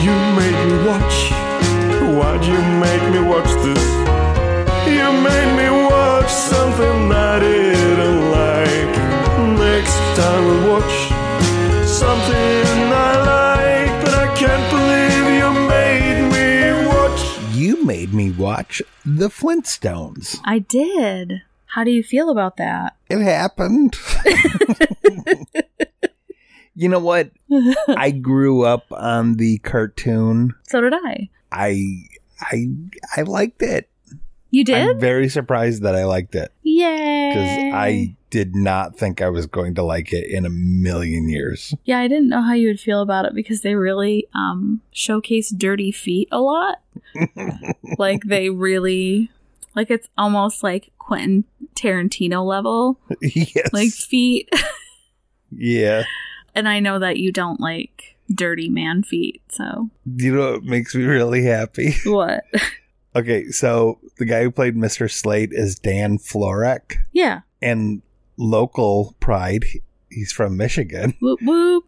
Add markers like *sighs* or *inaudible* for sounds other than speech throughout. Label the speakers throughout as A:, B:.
A: You made me watch. Why'd you make me watch this? You made me watch something I didn't like. Next time I'll watch something I like, but I can't believe you made me watch.
B: You made me watch The Flintstones.
C: I did. How do you feel about that?
B: It happened. *laughs* you know what? I grew up on the cartoon.
C: So did I.
B: I I I liked it.
C: You did? Eh.
B: I'm very surprised that I liked it
C: Yay.
B: because I did not think I was going to like it in a million years. *laughs*
C: Yeah, I didn't know how you would feel about it because they really um showcase dirty feet a lot.
B: *laughs*
C: like they really like it's almost like Quentin Tarantino level
B: yes.
C: like feet. *laughs*
B: yeah.
C: And I know that you don't like dirty man feet, so
B: You know what makes me really happy? *laughs*
C: what?
B: okay, so the guy who played Mr. Slate is Dan Florek
C: yeah.
B: and local pride. He's from Michigan.
C: Whoop whoop.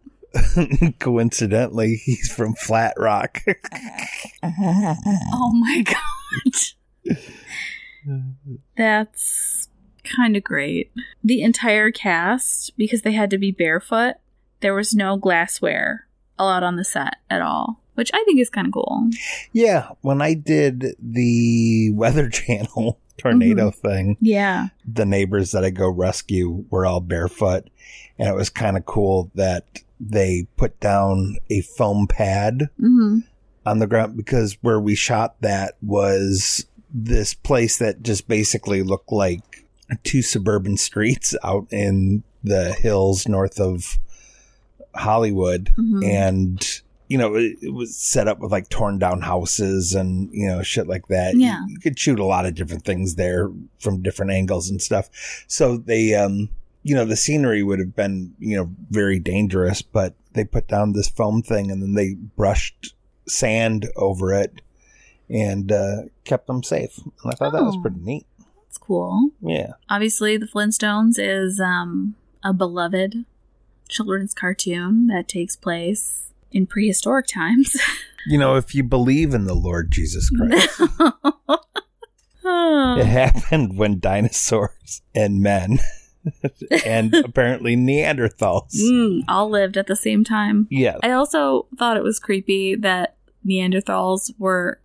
B: Coincidentally, he's from Flat Rock.
C: Oh my *laughs* god. That's kind of great. The entire cast, because they had to be barefoot, there was no glassware allowed on the set at all, which I think is kind of cool.
B: yeah, when I did the *laughs* Weather Channel tornado thing,
C: Yeah.
B: the neighbors that I go rescue were all barefoot. And it was kind of cool that they put down a foam pad
C: Mm-hmm.
B: on the ground because where we shot that was this place that just basically looked like two suburban *laughs* streets out in the hills north of Hollywood.
C: Mhm.
B: And, you know, it, it was set up with like torn down houses and, you know, shit like that.
C: Yeah.
B: You, you could shoot a lot of different things there from different angles and stuff. So they, um, you know, the scenery would have been, you know, very dangerous, but they put down this foam thing and then they brushed sand over it and uh, kept them safe. And I thought that was
C: Oh.
B: pretty neat.
C: That's cool.
B: Yeah.
C: Obviously, The Flintstones is um, a beloved children's cartoon that takes place in prehistoric times.
B: You know, if you believe in the Lord Jesus
C: *laughs*
B: Christ, it
C: Oh.
B: happened when dinosaurs and men *laughs*
C: *laughs*
B: and apparently Neanderthals.
C: Mm, all lived at the same time.
B: Yeah.
C: I also thought it was creepy that Neanderthals were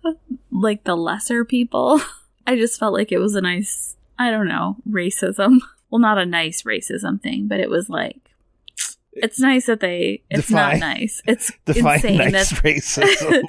C: *sighs* like the lesser people. *laughs* I just felt like it was a nice, I don't know, racism. *laughs* Well, not a nice racism thing, but it was like it's nice that they. It's
B: Define-
C: not nice. It's
B: *laughs* Define
C: insane *laughs*
B: nice
C: that.
B: racism.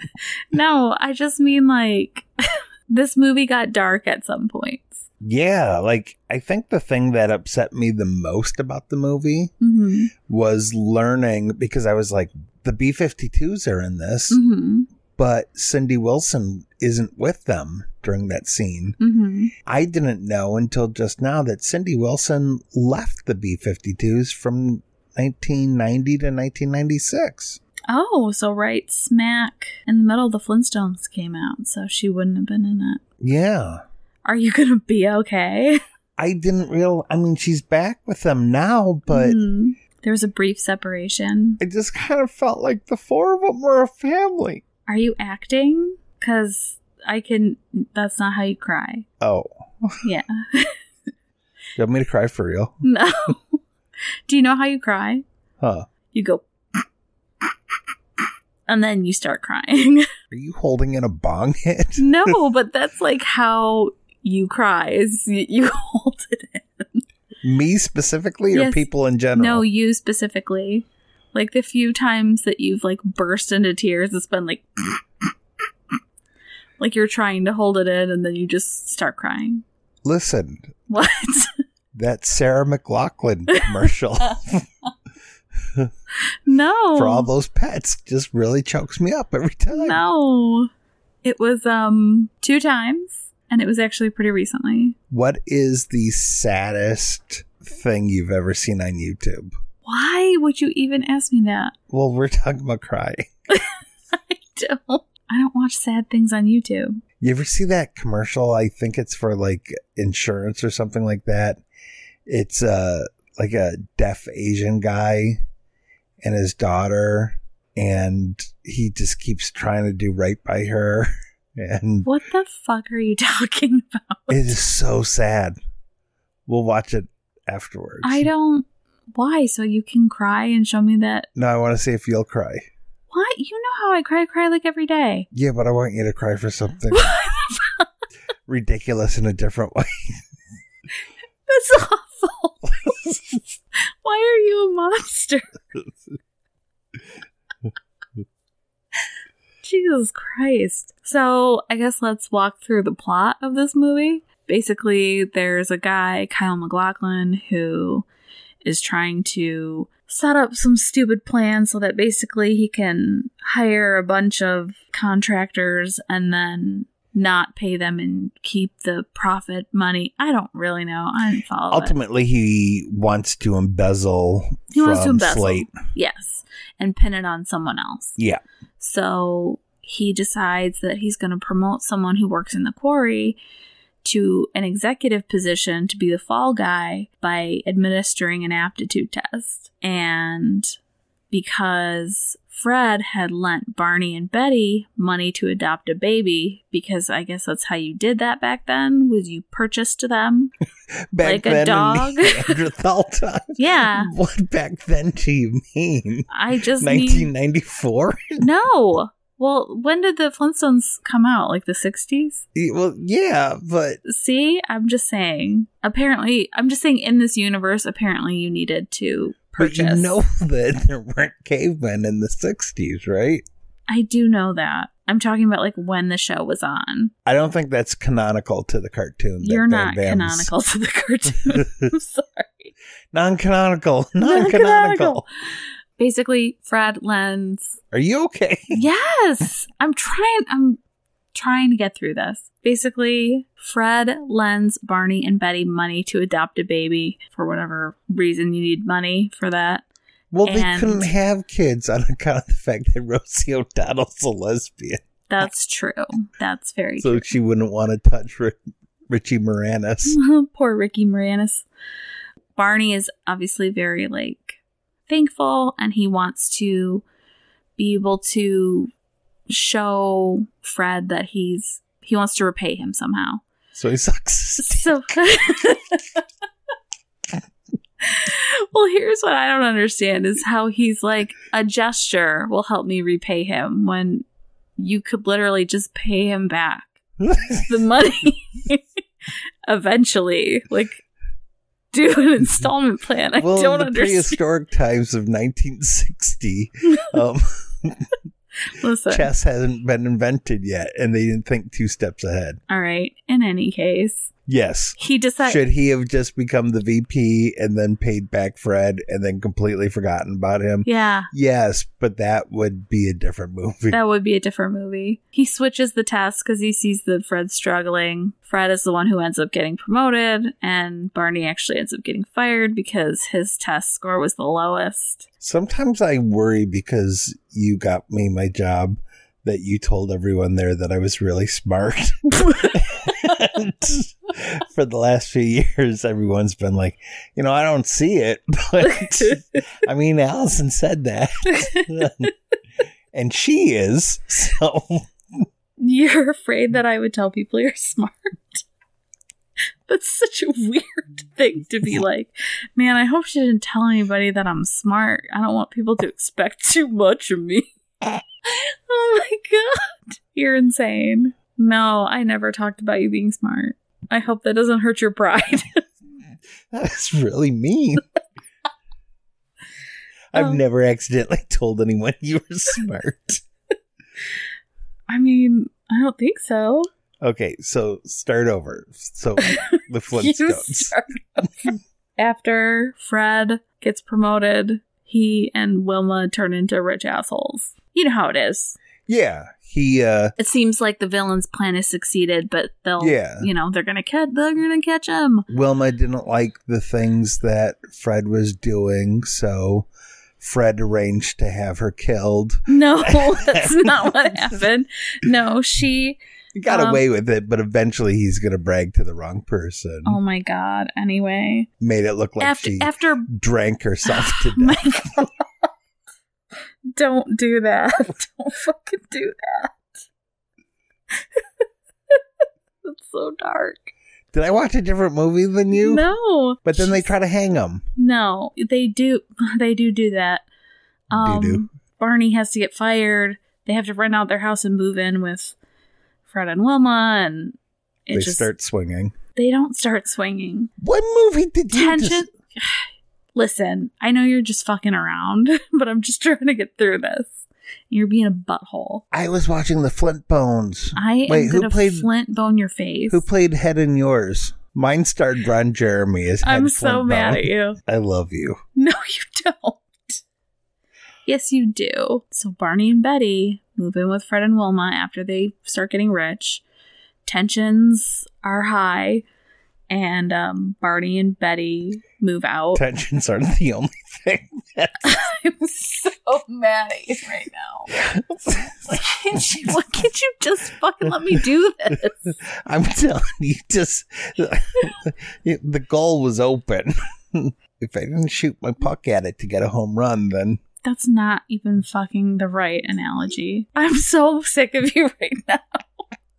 C: no, I just mean like *laughs* this movie got dark at some points.
B: yeah. Like, I think the thing that upset me the most about the movie
C: Mm-hmm.
B: was learning because I was like, the B 52s are in this,
C: Mm-hmm.
B: but Cindy Wilson isn't with them during that scene.
C: Mm-hmm.
B: I didn't know until just now that Cindy Wilson left the B 52s from 1990 to 1996.
C: Oh, so right smack in the middle, the Flintstones came out, so she wouldn't have been in it.
B: Yeah.
C: Are you *laughs* gonna be okay?
B: I didn't real. I mean, she's back with them now, but
C: Mhm. there was a brief separation.
B: I just kind of felt like the four of them were a family.
C: Are you acting? Because I can. That's not how you cry. *laughs*
B: Oh,
C: Yeah.
B: *laughs* you want me to cry for real?
C: No. Do you know how you cry?
B: Huh?
C: You go. *laughs* and then you start crying. *laughs*
B: Are you holding in a bong hit? *laughs*
C: no, but that's like how you cry is you, you *laughs* hold it in.
B: Me specifically, or
C: Yes.
B: people in general?
C: No, you specifically. Like the few times that you've like burst into tears, it's been like *clears throat* like you're trying to hold it in and then you just start crying. *laughs*
B: Listen,
C: What?
B: that
C: *laughs*
B: Sarah McLaughlin commercial
C: Oh. no.
B: for all those pets just really chokes me up every time.
C: No. It was um two times and it was actually pretty recently.
B: What is the saddest thing you've ever seen on YouTube?
C: Why would you even ask me that? *laughs*
B: Well, we're talking about crying.
C: I don't I don't watch sad things on YouTube.
B: You ever see that commercial? I think it's for like insurance or something like that. It's uh like a deaf Asian guy and his daughter and he just keeps trying to do right by her *laughs* and
C: What the fuck are you *laughs* talking about?
B: it is so sad. We'll watch it afterwards.
C: I don't why? So you can cry and show me that
B: No, I want to see if you'll cry.
C: What? You know how I cry, cry like every day.
B: Yeah, but I want you to cry
C: *laughs*
B: for something ridiculous in a different way.
C: That's *laughs* awful. Why are you a monster? Jesus Christ. So, I guess let's walk through the plot of this movie. Basically, there's a guy, Kyle McLaughlin, who is trying to set up some stupid plan so that basically he can hire a bunch of contractors and then not pay them and keep the profit money. I don't really know. I didn't follow. it.
B: Ultimately, he wants to embezzle
C: He
B: from
C: wants to embezzle.
B: Slate.
C: Yes, and pin it on someone else.
B: Yeah.
C: So he decides that he's going to promote someone who works in the quarry to an executive position to be the fall guy by administering an aptitude test. And because Fred had lent Barney and Betty money to adopt a baby, because I guess that's how you did that back then, was you purchased them.
B: Back
C: Like a
B: then in
C: dog?
B: *laughs* Neanderthal time.
C: Yeah.
B: What back then do you mean?
C: I just mean-
B: 1994?
C: No. Well, when did the Flintstones come out? Like the 60s?
B: well, yeah, but
C: See, I'm just saying. Apparently, I'm just saying in this universe, apparently you needed to
B: but
C: purchase.
B: you know *laughs* that there weren't cavemen in the 60s, right?
C: I do know that. I'm talking about like when the show was on.
B: I don't think that's canonical to the cartoon. that
C: You're
B: they're
C: not
B: vamps.
C: canonical to the *laughs* cartoon. I'm sorry.
B: *laughs* Non-canonical. Non-canonical.
C: Non-canonical. Basically, Fred lends
B: Are you okay?
C: Yes, I'm trying. I'm trying to get through this. Basically, Fred lends Barney and Betty money to adopt a baby for whatever reason you need money for that.
B: Well, they
C: And-
B: couldn't have kids on account of the fact that Rosie O'Donnell's a lesbian,
C: That's true. That's very
B: so she wouldn't want to touch Ri- Richie Moranis.
C: true. *laughs* Poor Ricky Moranis. Barney is obviously very like thankful, and he wants to be able to show Fred that he's he wants to repay him somehow.
B: So
C: *laughs*
B: he sucks.
C: So. well, here's what I don't understand is how he's like, a gesture will help me repay him when you could literally just pay him back
B: *laughs*
C: the money *laughs* eventually. Like, do an installment plan. *laughs* I
B: Mhm. well,
C: don't
B: in the
C: understand.
B: prehistoric times of
C: *laughs*
B: 1960, um,
C: Listen.
B: chess hasn't been invented yet, and they didn't think two steps ahead.
C: All right. In any case,
B: Yes.
C: he decided.
B: Should he have just become the VP and then paid back Fred and then completely forgotten about him?
C: yeah.
B: Yes, but that would be a different *laughs* movie.
C: That would be a different movie. He switches the task because he sees that Fred's struggling. Fred is the one who ends up getting promoted, and Barney actually ends up getting fired because his test score was the lowest.
B: Sometimes I worry because you got me my job that you told everyone there that I was really smart. *laughs* And for the last few years, everyone's been like, you know, I don't see it, *laughs* but I mean, Allison said that. *laughs* and she is. So *laughs*
C: *laughs* You're afraid that I would tell people you're *laughs* smart. That's such a weird thing to be like, man, I *laughs* hope she didn't tell anybody that I'm smart. I don't want people to expect too much of me. Oh my god. You're insane. No, I never talked about you being smart. I hope that doesn't hurt your pride. *laughs*
B: That's really mean. I've
C: Um.
B: never accidentally told anyone you were smart.
C: I mean, I don't think so.
B: Okay, so start over.
C: *laughs*
B: So the
C: You
B: Flintstones.
C: start *laughs* over. After Fred gets promoted, he and Wilma turn into rich assholes. You know how it is.
B: Yeah, he uh
C: It seems like the villain's plan has succeeded, but they'll,
B: Yeah.
C: you know, they're gonna catch, they're gonna catch him.
B: Wilma didn't like the things that Fred was doing, so Fred arranged to have her killed.
C: No,
B: *laughs*
C: that's not what happened. No, she.
B: He got
C: Um,
B: away with it, but eventually he's going to brag to the wrong person.
C: Oh my god. Anyway,
B: Made it look like
C: after
B: she
C: after
B: drank herself
C: *laughs*
B: to death.
C: my god. Don't do that. *laughs* Don't fucking do that. *laughs* That's so dark.
B: Did I watch a different movie than you?
C: No.
B: But then they try to hang him.
C: No, they do. *laughs* They do do that. Um,
B: Do-do.
C: Barney has to get fired. They have to rent out their house and move in with Fred and Wilma, and it
B: They
C: just
B: start swinging.
C: they don't start
B: *laughs*
C: swinging.
B: What movie did you
C: Tension. *sighs*
B: just-
C: Listen, I know you're just fucking around, *laughs* but I'm just trying to get through this. You're being a butthole.
B: I was watching The Flintbones.
C: I
B: Wait,
C: am
B: who
C: gonna
B: played-
C: flint bone your face.
B: Who played Head in yours? Mine starred Ron Jeremy as Head
C: I'm so
B: Flintbone.
C: mad at you.
B: I love you.
C: *laughs* No, you don't. Yes, you do. So Barney and Betty move in with Fred and Wilma after they start getting rich. Tensions are high, and um, Barney and Betty move out.
B: Tensions aren't the only *laughs* thing.
C: *laughs* I'm so mad at you right now. Can't you, why can't you just fucking let me do this?
B: I'm telling you, just the goal was open. if I didn't shoot my puck at it to get a home run, then
C: That's not even fucking the right analogy. I'm so sick of you right now.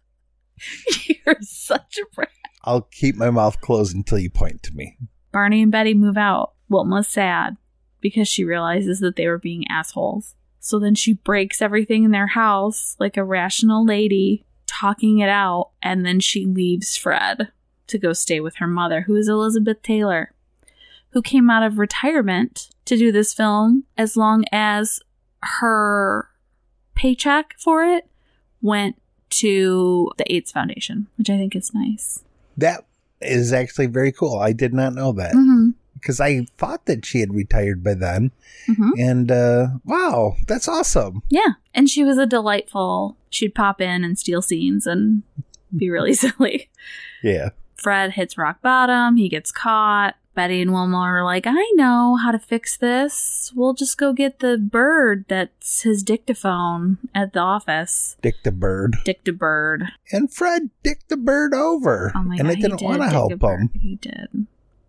C: *laughs* You're such a brat.
B: I'll keep my mouth closed until you point to me.
C: Barney and Betty move out. Wilma's sad because she realizes that they were being assholes. So then she breaks everything in their house like a rational lady, talking it out, and then she leaves Fred to go stay with her mother, who is Elizabeth Taylor, who came out of retirement to do this film as long as her paycheck for it went to the AIDS Foundation, which I think is nice.
B: That is actually very cool. I did not know that
C: hmm
B: because I thought that she had retired by then.
C: hmm
B: And uh, wow, that's awesome.
C: Yeah. And she was a delightful. She'd pop in and steal scenes and be really *laughs* silly.
B: Yeah.
C: Fred hits rock bottom. He gets caught. Betty and Wilma are like, I know how to fix this. We'll just go get the bird that's his dictaphone at the office.
B: Dick the bird.
C: Dictabird. bird.
B: And Fred dicked the bird over.
C: Oh my
B: and
C: god.
B: I
C: he
B: didn't
C: did
B: want to
C: dick
B: help
C: a bird.
B: him.
C: He did.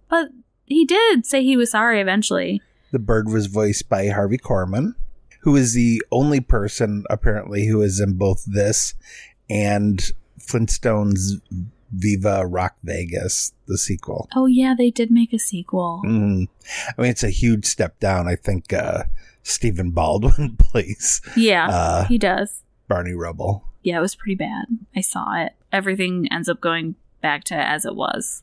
C: But he did say he was sorry eventually.
B: The bird was voiced by Harvey Korman, who is the only person apparently who is in both this and Flintstones Viva Rock Vegas, the sequel.
C: Oh yeah, they did make a sequel.
B: Mm. I mean, it's a huge step down. I think uh, Stephen Baldwin *laughs* plays
C: Yeah,
B: Uh,
C: he does.
B: Barney Rubble. *laughs*
C: Yeah, it was pretty bad. I saw it. Everything ends up going back to as it was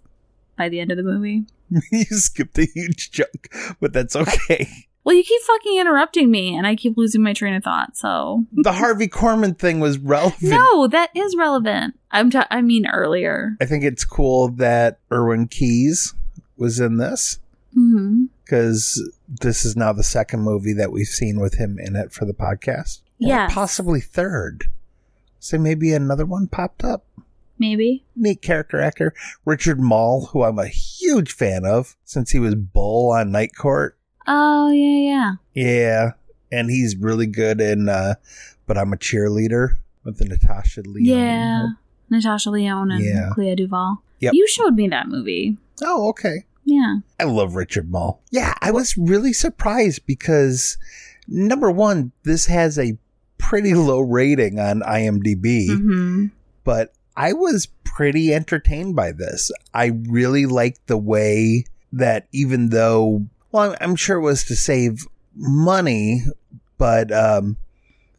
C: by the end of the movie.
B: you skipped a huge chunk, but
C: *laughs*
B: that's okay.
C: Well, you keep fucking interrupting me and I keep losing my train of thought. So,
B: The Harvey Korman thing was relevant.
C: no, that is relevant. I'm ta- I mean earlier.
B: I think it's cool that Erwin Keys was in this.
C: Mhm.
B: because this is now the second movie that we've seen with him in it for the podcast. Or
C: Yes.
B: Possibly third. So maybe another one popped up.
C: Maybe.
B: Neat character actor. Richard Mall, who I'm a huge fan of since he was Bull on Night Court.
C: Oh, yeah, yeah.
B: Yeah. And he's really good in uh But I'm a Cheerleader with the Natasha Leon.
C: Yeah. Natasha Leone and
B: Yeah.
C: Clea Duvall.
B: Yep.
C: You showed me that movie.
B: Oh, okay.
C: Yeah.
B: I love Richard Mall. Yeah, I was really surprised because number one, this has a pretty low rating on IMDb,
C: Mhm.
B: but I was pretty entertained by this. I really liked the way that even though, well, I'm- I'm sure it was to save money, but um,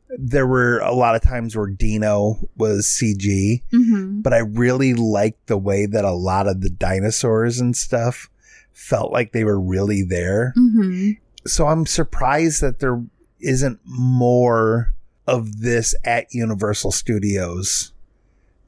B: there were a lot of times where Dino was CG,
C: Mm-hmm.
B: but I really liked the way that a lot of the dinosaurs and stuff felt like they were really there.
C: Mm-hmm.
B: So I'm surprised that there isn't more of this at Universal Studios.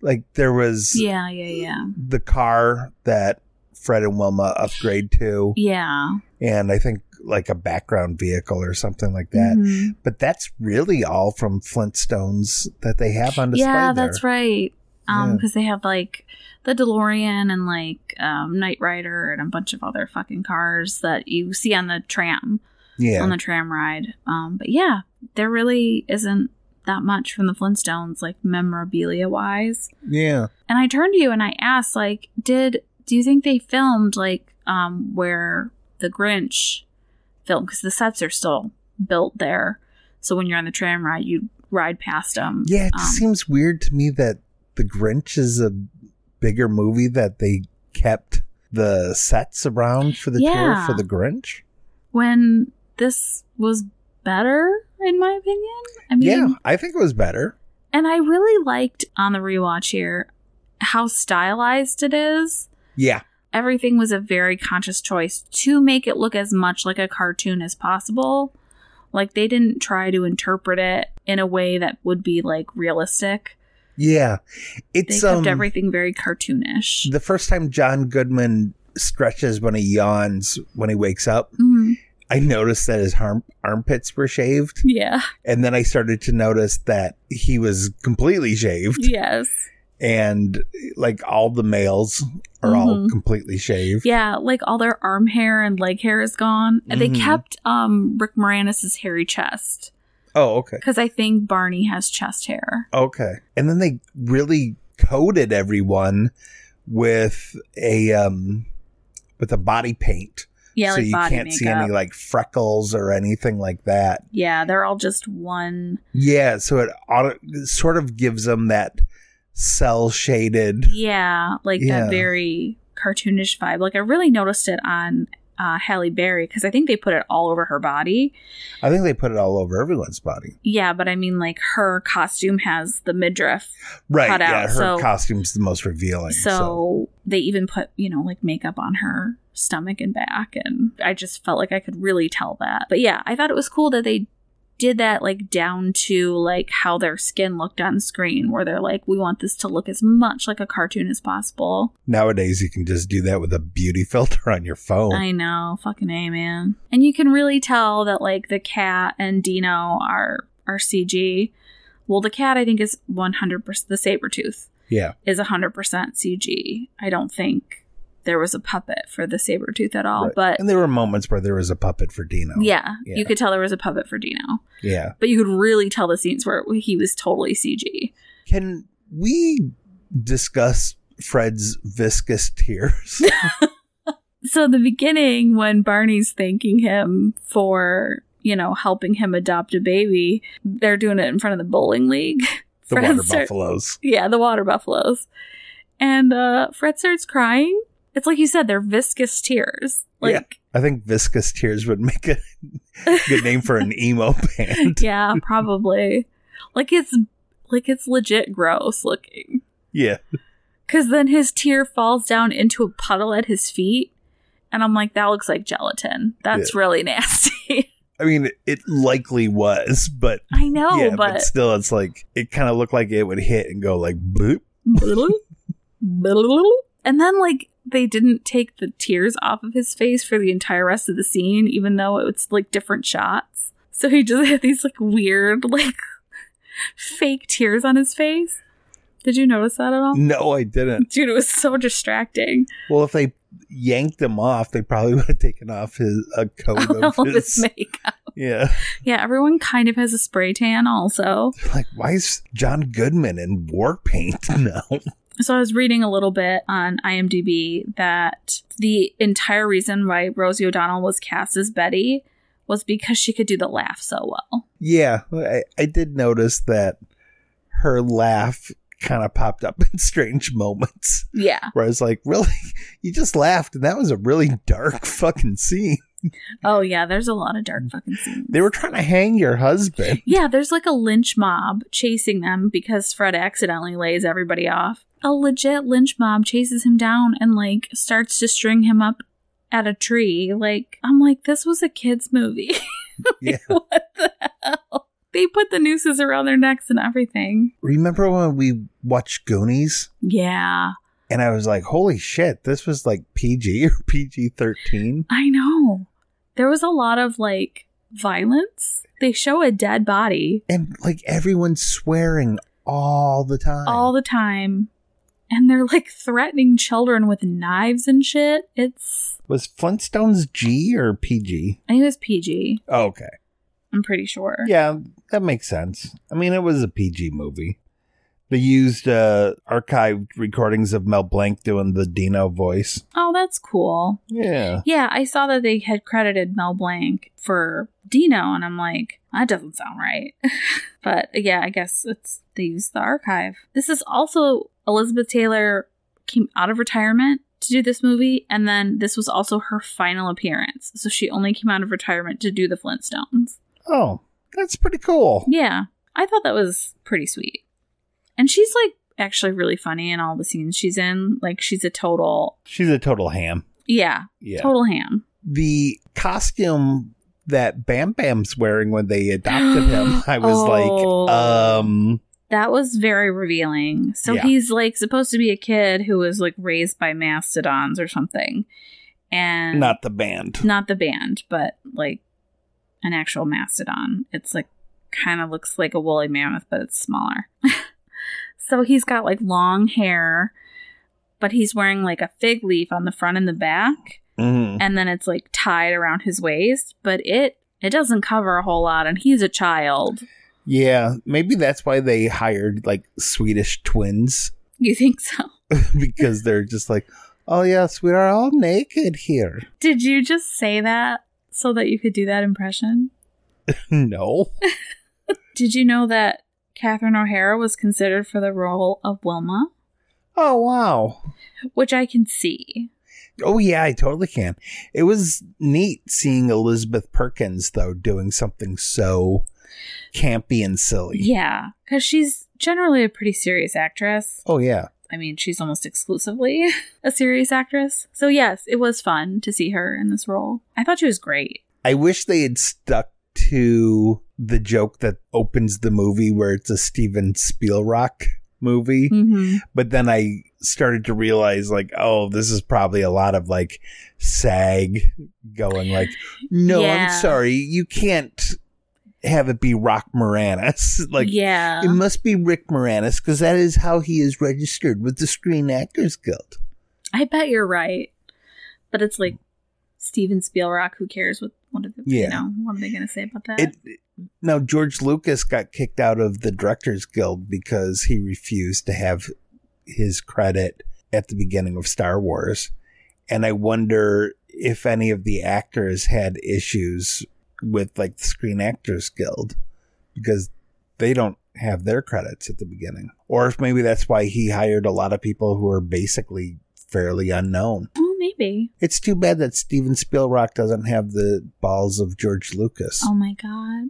B: Like there was
C: Yeah, yeah, yeah.
B: the car that Fred and Wilma upgrade to,
C: Yeah.
B: and I think like a background vehicle or something like that.
C: Mhm.
B: But that's really all from Flintstones that they have on display.
C: Yeah,
B: there.
C: that's right. Um,
B: Yeah.
C: because they have like the DeLorean and like um Knight Rider and a bunch of other fucking cars that you see on the tram
B: Yeah.
C: on the tram ride. Um, but yeah, there really isn't that much from the Flintstones, like memorabilia wise.
B: yeah.
C: And I turned to you and I asked, like, did do you think they filmed like um where the Grinch filmed because the sets are still built there, so when you're on the tram ride, you ride past them.
B: Yeah, it
C: um,
B: just seems weird to me that The Grinch is a bigger movie that they kept the sets around for the
C: Yeah.
B: tour for The Grinch.
C: when this was better, in my opinion. I mean,
B: yeah, I think it was better.
C: and I really liked on the rewatch here how stylized it is.
B: Yeah.
C: Everything was a very conscious choice to make it look as much like a cartoon as possible. Like they didn't try to interpret it in a way that would be like realistic.
B: Yeah.
C: They
B: It's
C: kept
B: um,
C: everything very cartoonish.
B: the first time John Goodman stretches when he yawns when he wakes up.
C: Mhm.
B: I noticed that his arm, armpits were shaved.
C: Yeah. *laughs*
B: And then I started to notice that he was completely shaved.
C: Yes.
B: And like all the males are all
C: Mhm.
B: completely shaved.
C: Yeah, like all their arm hair and leg hair is gone. And They
B: Mhm.
C: kept um Rick Moranis's hairy chest
B: Oh, okay.
C: because I think Barney has chest hair.
B: Okay. And then they really coated everyone with a um with a body paint.
C: Yeah,
B: so
C: like
B: you
C: body
B: can't
C: makeup.
B: see any like freckles or anything like that.
C: yeah, they're all just one.
B: Yeah, so it auto- it sort of gives them that cell shaded.
C: Yeah, like
B: Yeah.
C: that very cartoonish vibe. Like I really noticed it on uh, Halle Berry because I think they put it all over her body.
B: I think they put it all over everyone's body.
C: Yeah, but I mean, like her costume has the midriff
B: Right.
C: Cut
B: yeah,
C: out,
B: her
C: so-
B: costume's the most revealing.
C: So, they even put, you know, like makeup on her stomach and back. And I just felt like I could really tell that. But yeah, I thought it was cool that they did that, like, down to like how their skin looked on screen, where they're like, we want this to look as much like a cartoon as possible.
B: nowadays you can just do that with a beauty *laughs* filter on your phone.
C: I know, fucking A, man. And you can really tell that, like, the cat and Dino are, are CG. Well, the cat, I think, is 100%, the saber tooth.
B: yeah.
C: is 100% CG. I don't think there was a puppet for the saber tooth at all,
B: Right.
C: but
B: and there were moments where there was a puppet for Dino.
C: yeah,
B: Yeah.
C: you could tell there was a puppet for Dino.
B: Yeah.
C: But you could really tell the scenes where he was totally CG.
B: Can we discuss Fred's viscous
C: *laughs*
B: tears?
C: So in the beginning when Barney's thanking him for, you know, helping him adopt a baby, they're doing it in front of the bowling league.
B: *laughs* the water
C: Fred start-
B: buffaloes.
C: Yeah, the water buffaloes. And uh Fred starts crying. It's like you said, they're viscous tears.
B: Yeah.
C: Like
B: I think viscous tears would make a *laughs* good name for an emo *laughs* band.
C: yeah, probably. like it's like it's legit gross looking.
B: Yeah.
C: Cause then his tear falls down into a puddle at his feet, and I'm like, that looks like gelatin. That's really *laughs* nasty.
B: I mean, it likely was, but
C: I know,
B: yeah, but,
C: but *laughs*
B: still, it's like it kind of looked like it would hit and go like boop.
C: and then like they didn't take the tears off of his face for the entire rest of the scene, even though it's like different shots. So he just *laughs* had these like weird, like *laughs* fake tears on his face. Did you notice that at all?
B: No, I didn't.
C: Dude, it was so distracting.
B: Well, if they yanked him off, they probably *laughs* would have taken off his
C: *laughs*
B: a coat
C: All
B: of
C: of his
B: his.
C: makeup.
B: Yeah,
C: Yeah, everyone kind of has a spray tan also.
B: like why is John Goodman in war paint *laughs* now?
C: So I was reading a little bit on IMDb that the entire reason why Rosie O'Donnell was cast as Betty was because she could do the laugh so well.
B: Yeah, I, I did notice that her laugh kind of popped up *laughs* in strange moments *laughs*
C: Yeah.
B: where I was like, really? You just laughed, and that was a really dark *laughs* fucking scene.
C: Oh yeah, there's a lot of dark fucking scenes.
B: They were trying to hang your husband.
C: Yeah, there's like a lynch mob chasing them because Fred accidentally lays everybody off. A legit lynch mob chases him down and like starts to string him up at a tree. Like I'm like, this was a kids movie. *laughs* Like,
B: Yeah.
C: What the hell? They put the nooses around their necks and everything.
B: Remember when we watched Goonies?
C: Yeah,
B: And I was like, holy shit, this was like PG *laughs* or PG 13.
C: I know. There was a lot of like violence. They show a dead body
B: And like everyone's swearing all the time.
C: all the time. And they're like threatening children with knives and shit. It's,
B: was Flintstones G or PG?
C: I think it was PG.
B: Oh, okay.
C: I'm pretty sure.
B: Yeah, that makes sense. I mean, it was a PG movie. They used uh, archived recordings of Mel Blanc doing the Dino voice.
C: Oh, that's cool.
B: Yeah.
C: Yeah, I saw that they had credited Mel Blanc for Dino, and I'm like, that doesn't sound right. *laughs* but yeah, I guess it's they used the archive. This is also Elizabeth Taylor came out of retirement to do this movie, and then this was also her final appearance. So she only came out of retirement to do the Flintstones.
B: Oh, that's pretty cool.
C: Yeah, I thought that was pretty sweet. And she's like actually really funny in all the scenes she's in. Like she's a total,
B: She's a total ham.
C: yeah,
B: Yeah.
C: total ham.
B: The costume that Bam Bam's wearing when they adopted
C: *gasps*
B: him, I was
C: Oh.
B: like, um,
C: That was very revealing. So
B: Yeah.
C: he's like supposed to be a kid who was like raised by mastodons or something, and
B: not the band.
C: not the band, but like an actual mastodon. It's like kind of looks like a woolly mammoth, but it's smaller. *laughs* so he's got like long hair, but he's wearing like a fig leaf on the front and the back,
B: Mhm.
C: and then it's like tied around his waist, but it it doesn't cover a whole lot, and he's a child.
B: Yeah, maybe that's why they hired like Swedish twins *laughs*
C: You think so?
B: because they're just like, oh, yes, we are all naked here.
C: Did you just say that so that you could do that impression?
B: no.
C: Did you know that Catherine O'Hara was considered for the role of Wilma?
B: Oh, wow.
C: Which I can see.
B: Oh, yeah, I totally can. It was neat seeing Elizabeth Perkins, though, doing something so campy and silly.
C: Yeah, because she's generally a pretty serious actress.
B: Oh, yeah.
C: I mean, she's almost exclusively *laughs* a serious actress. So, yes, it was fun to see her in this role. I thought she was great.
B: I wish they had stuck to the joke that opens the movie where it's a Steven Spielrock movie.
C: Mm-hmm.
B: But then I started to realize, like, oh, this is probably a lot of like SAG going, like, no,
C: Yeah.
B: I'm sorry, you can't have it be Rock Moranis. *laughs* like,
C: yeah.
B: It must be Rick Moranis because that is how he is registered with the Screen Actors Guild.
C: I bet you're right. But it's like Steven Spielrock, who cares what, what, are they, you
B: Yeah.
C: know, what are they going to say about that?
B: It, now George Lucas got kicked out of the Directors Guild because he refused to have his credit at the beginning of Star Wars, and I wonder if any of the actors had issues with like the Screen Actors Guild because they don't have their credits at the beginning, or if maybe that's why he hired a lot of people who are basically fairly unknown.
C: well, maybe.
B: It's too bad that Steven Spielrock doesn't have the balls of George Lucas.
C: Oh my god.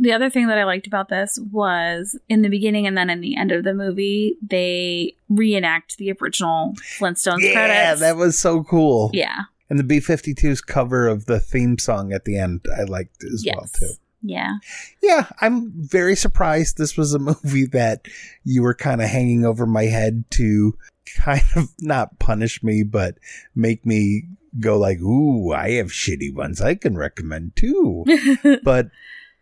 C: The other thing that I liked about this was in the beginning and then in the end of the movie, they reenact the original Flintstones
B: yeah,
C: credits.
B: that was so cool.
C: yeah.
B: And the B 52's cover of the theme song at the end, I liked as
C: yes.
B: well, too.
C: Yeah.
B: Yeah, I'm very surprised this was a *laughs* movie that you were kind of hanging over my head to kind of not punish me, but make me go like, ooh, I have shitty ones I can recommend
C: *laughs*
B: too. but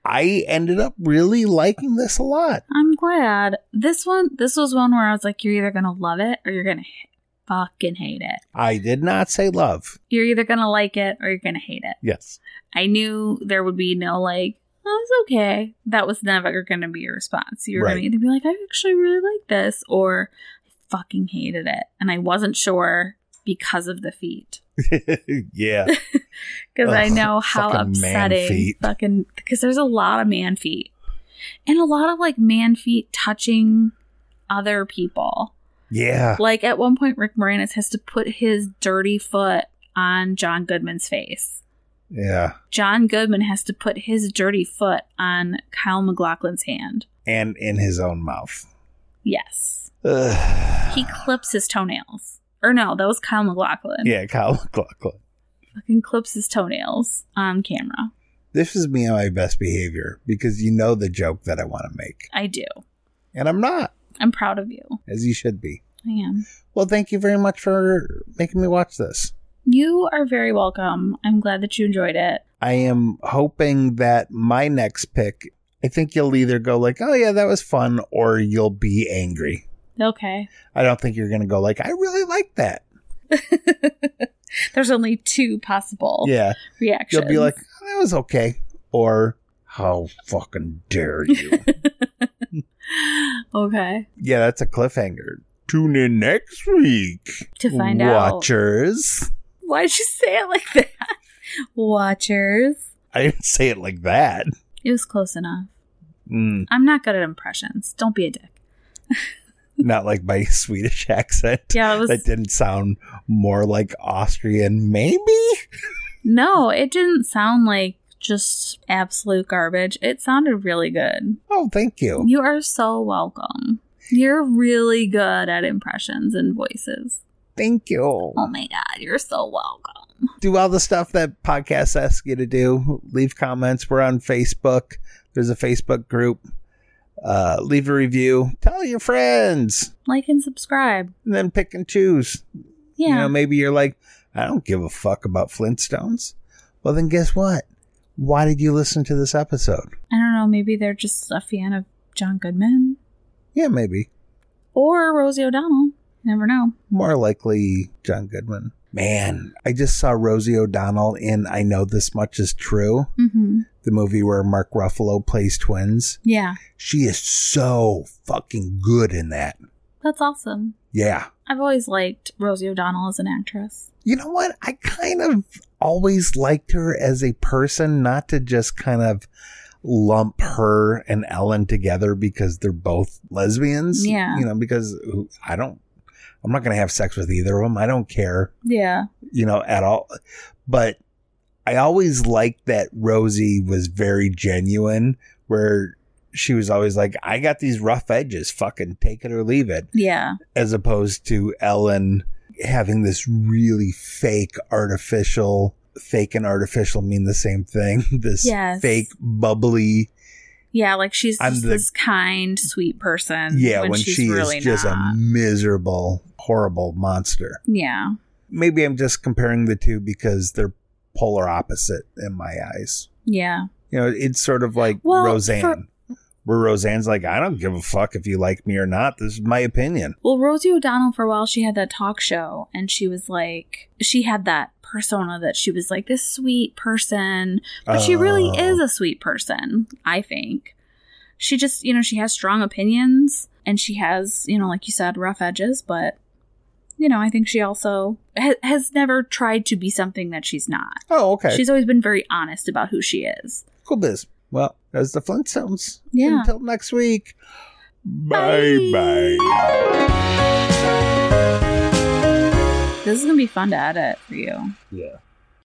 B: I ended up really liking this a lot.
C: I'm glad. This one this was one where I was like, you're either gonna love it or you're gonna h- fucking hate it.
B: I did not say love.
C: You're either gonna like it or you're gonna hate it.
B: Yes. *laughs*
C: I knew there would be no like, oh, it's okay. That was never gonna be your response. You were gonna
B: Right.
C: either be like, I actually really like this, or I fucking hated it. And I wasn't sure because of the feet. *laughs*
B: yeah.
C: Because I
B: Ugh,
C: know how
B: fucking man
C: upsetting
B: feet.
C: fucking because there's a lot of man feet. And a lot of like man feet touching other people.
B: Yeah.
C: Like at one point Rick Moranis has to put his dirty foot on John Goodman's face.
B: Yeah.
C: John Goodman has to put his dirty foot on Kyle McLaughlin's hand.
B: And in his own mouth.
C: Yes.
B: Ugh. *sighs*
C: He clips his toenails. Or no, that was Kyle McLaughlin.
B: Yeah, Kyle *laughs* McLaughlin.
C: Fucking clips his toenails on camera.
B: This is me on my best behavior because you know the joke that I want to make.
C: I do.
B: And I'm not,
C: I'm proud of you.
B: as you should be.
C: I am.
B: Well, thank you very much for making me watch this.
C: You are very welcome. I'm glad that you enjoyed it.
B: I am hoping that my next pick, I think you'll either go like, oh yeah, that was fun, or you'll be angry.
C: Okay. *laughs*
B: I don't think you're going to go like, I really like that.
C: There's only two possible
B: Yeah.
C: reactions.
B: You'll be like, "Oh, that was okay. Or, how fucking dare *laughs* you?
C: *gasps* okay.
B: yeah, that's a cliffhanger. Tune in next week.
C: To find out.
B: Watchers.
C: Why'd you say it like that? *laughs* Watchers.
B: I didn't say it like that.
C: It was close enough.
B: Mm,
C: I'm not good at impressions. Don't be a dick.
B: not like my *laughs* Swedish accent.
C: Yeah, it was.
B: That didn't sound more like Austrian, maybe?
C: No, it didn't sound like just absolute garbage. It sounded really good.
B: Oh, thank you.
C: You are so welcome. You're really good at impressions and voices.
B: Thank you.
C: Oh my god, you're so welcome.
B: Do all the stuff that podcasts ask you to do. Leave comments. We're on Facebook. There's a Facebook group. Uh, leave a review. Tell your friends.
C: Like and subscribe.
B: And then pick and choose.
C: Yeah.
B: You know, maybe you're like, I don't give a fuck about Flintstones. Well, then guess what? Why did you listen to this episode?
C: I don't know, maybe they're just a fan of John Goodman
B: Yeah, maybe.
C: or Rosie O'Donnell. Never know.
B: More likely John Goodman. Man, I just saw Rosie O'Donnell in I Know This Much Is True,
C: Mm-hmm.
B: the movie where Mark Ruffalo plays twins.
C: Yeah.
B: She is so fucking good in that.
C: That's awesome.
B: Yeah.
C: I've always liked Rosie O'Donnell as an actress.
B: You know what? I kind of always liked her as a person, not to just kind of lump her and Ellen together because they're both lesbians.
C: Yeah.
B: You know, because who- I don't, I'm not going to have sex with either of them. I don't care,
C: Yeah.
B: you know, at all. But I always liked that Rosie was very genuine, where she was always like, I got these rough edges, fucking take it or leave it
C: Yeah.
B: as opposed to Ellen having this really fake artificial fake and artificial mean the same thing *laughs* this
C: Yes.
B: fake bubbly
C: Yeah, like she's
B: I'm
C: just
B: the-
C: this kind, sweet person.
B: yeah when, she
C: really
B: is just
C: not.
B: a miserable horrible monster
C: yeah.
B: maybe i'm just comparing the two because they're polar opposite in my eyes
C: Yeah.
B: you know it's sort of like
C: Well,
B: roseanne
C: for-
B: where roseanne's like i don't give a fuck if you like me or not this is my opinion
C: Well, Rosie O'Donnell, for a while, she had that talk show, and she was like, she had that persona that she was like this sweet person, but she really
B: Oh.
C: is a sweet person, I think. She just, you know, she has strong opinions, and she has, you know, like you said, rough edges, but, you know, I think she also ha- has never tried to be something that she's not.
B: oh okay
C: She's always been very honest about who she is.
B: Cool biz. Well, that's the Flintstones.
C: Yeah.
B: Until next week.
C: Bye.
B: Bye-bye.
C: This is going to be fun to edit for you.
B: Yeah.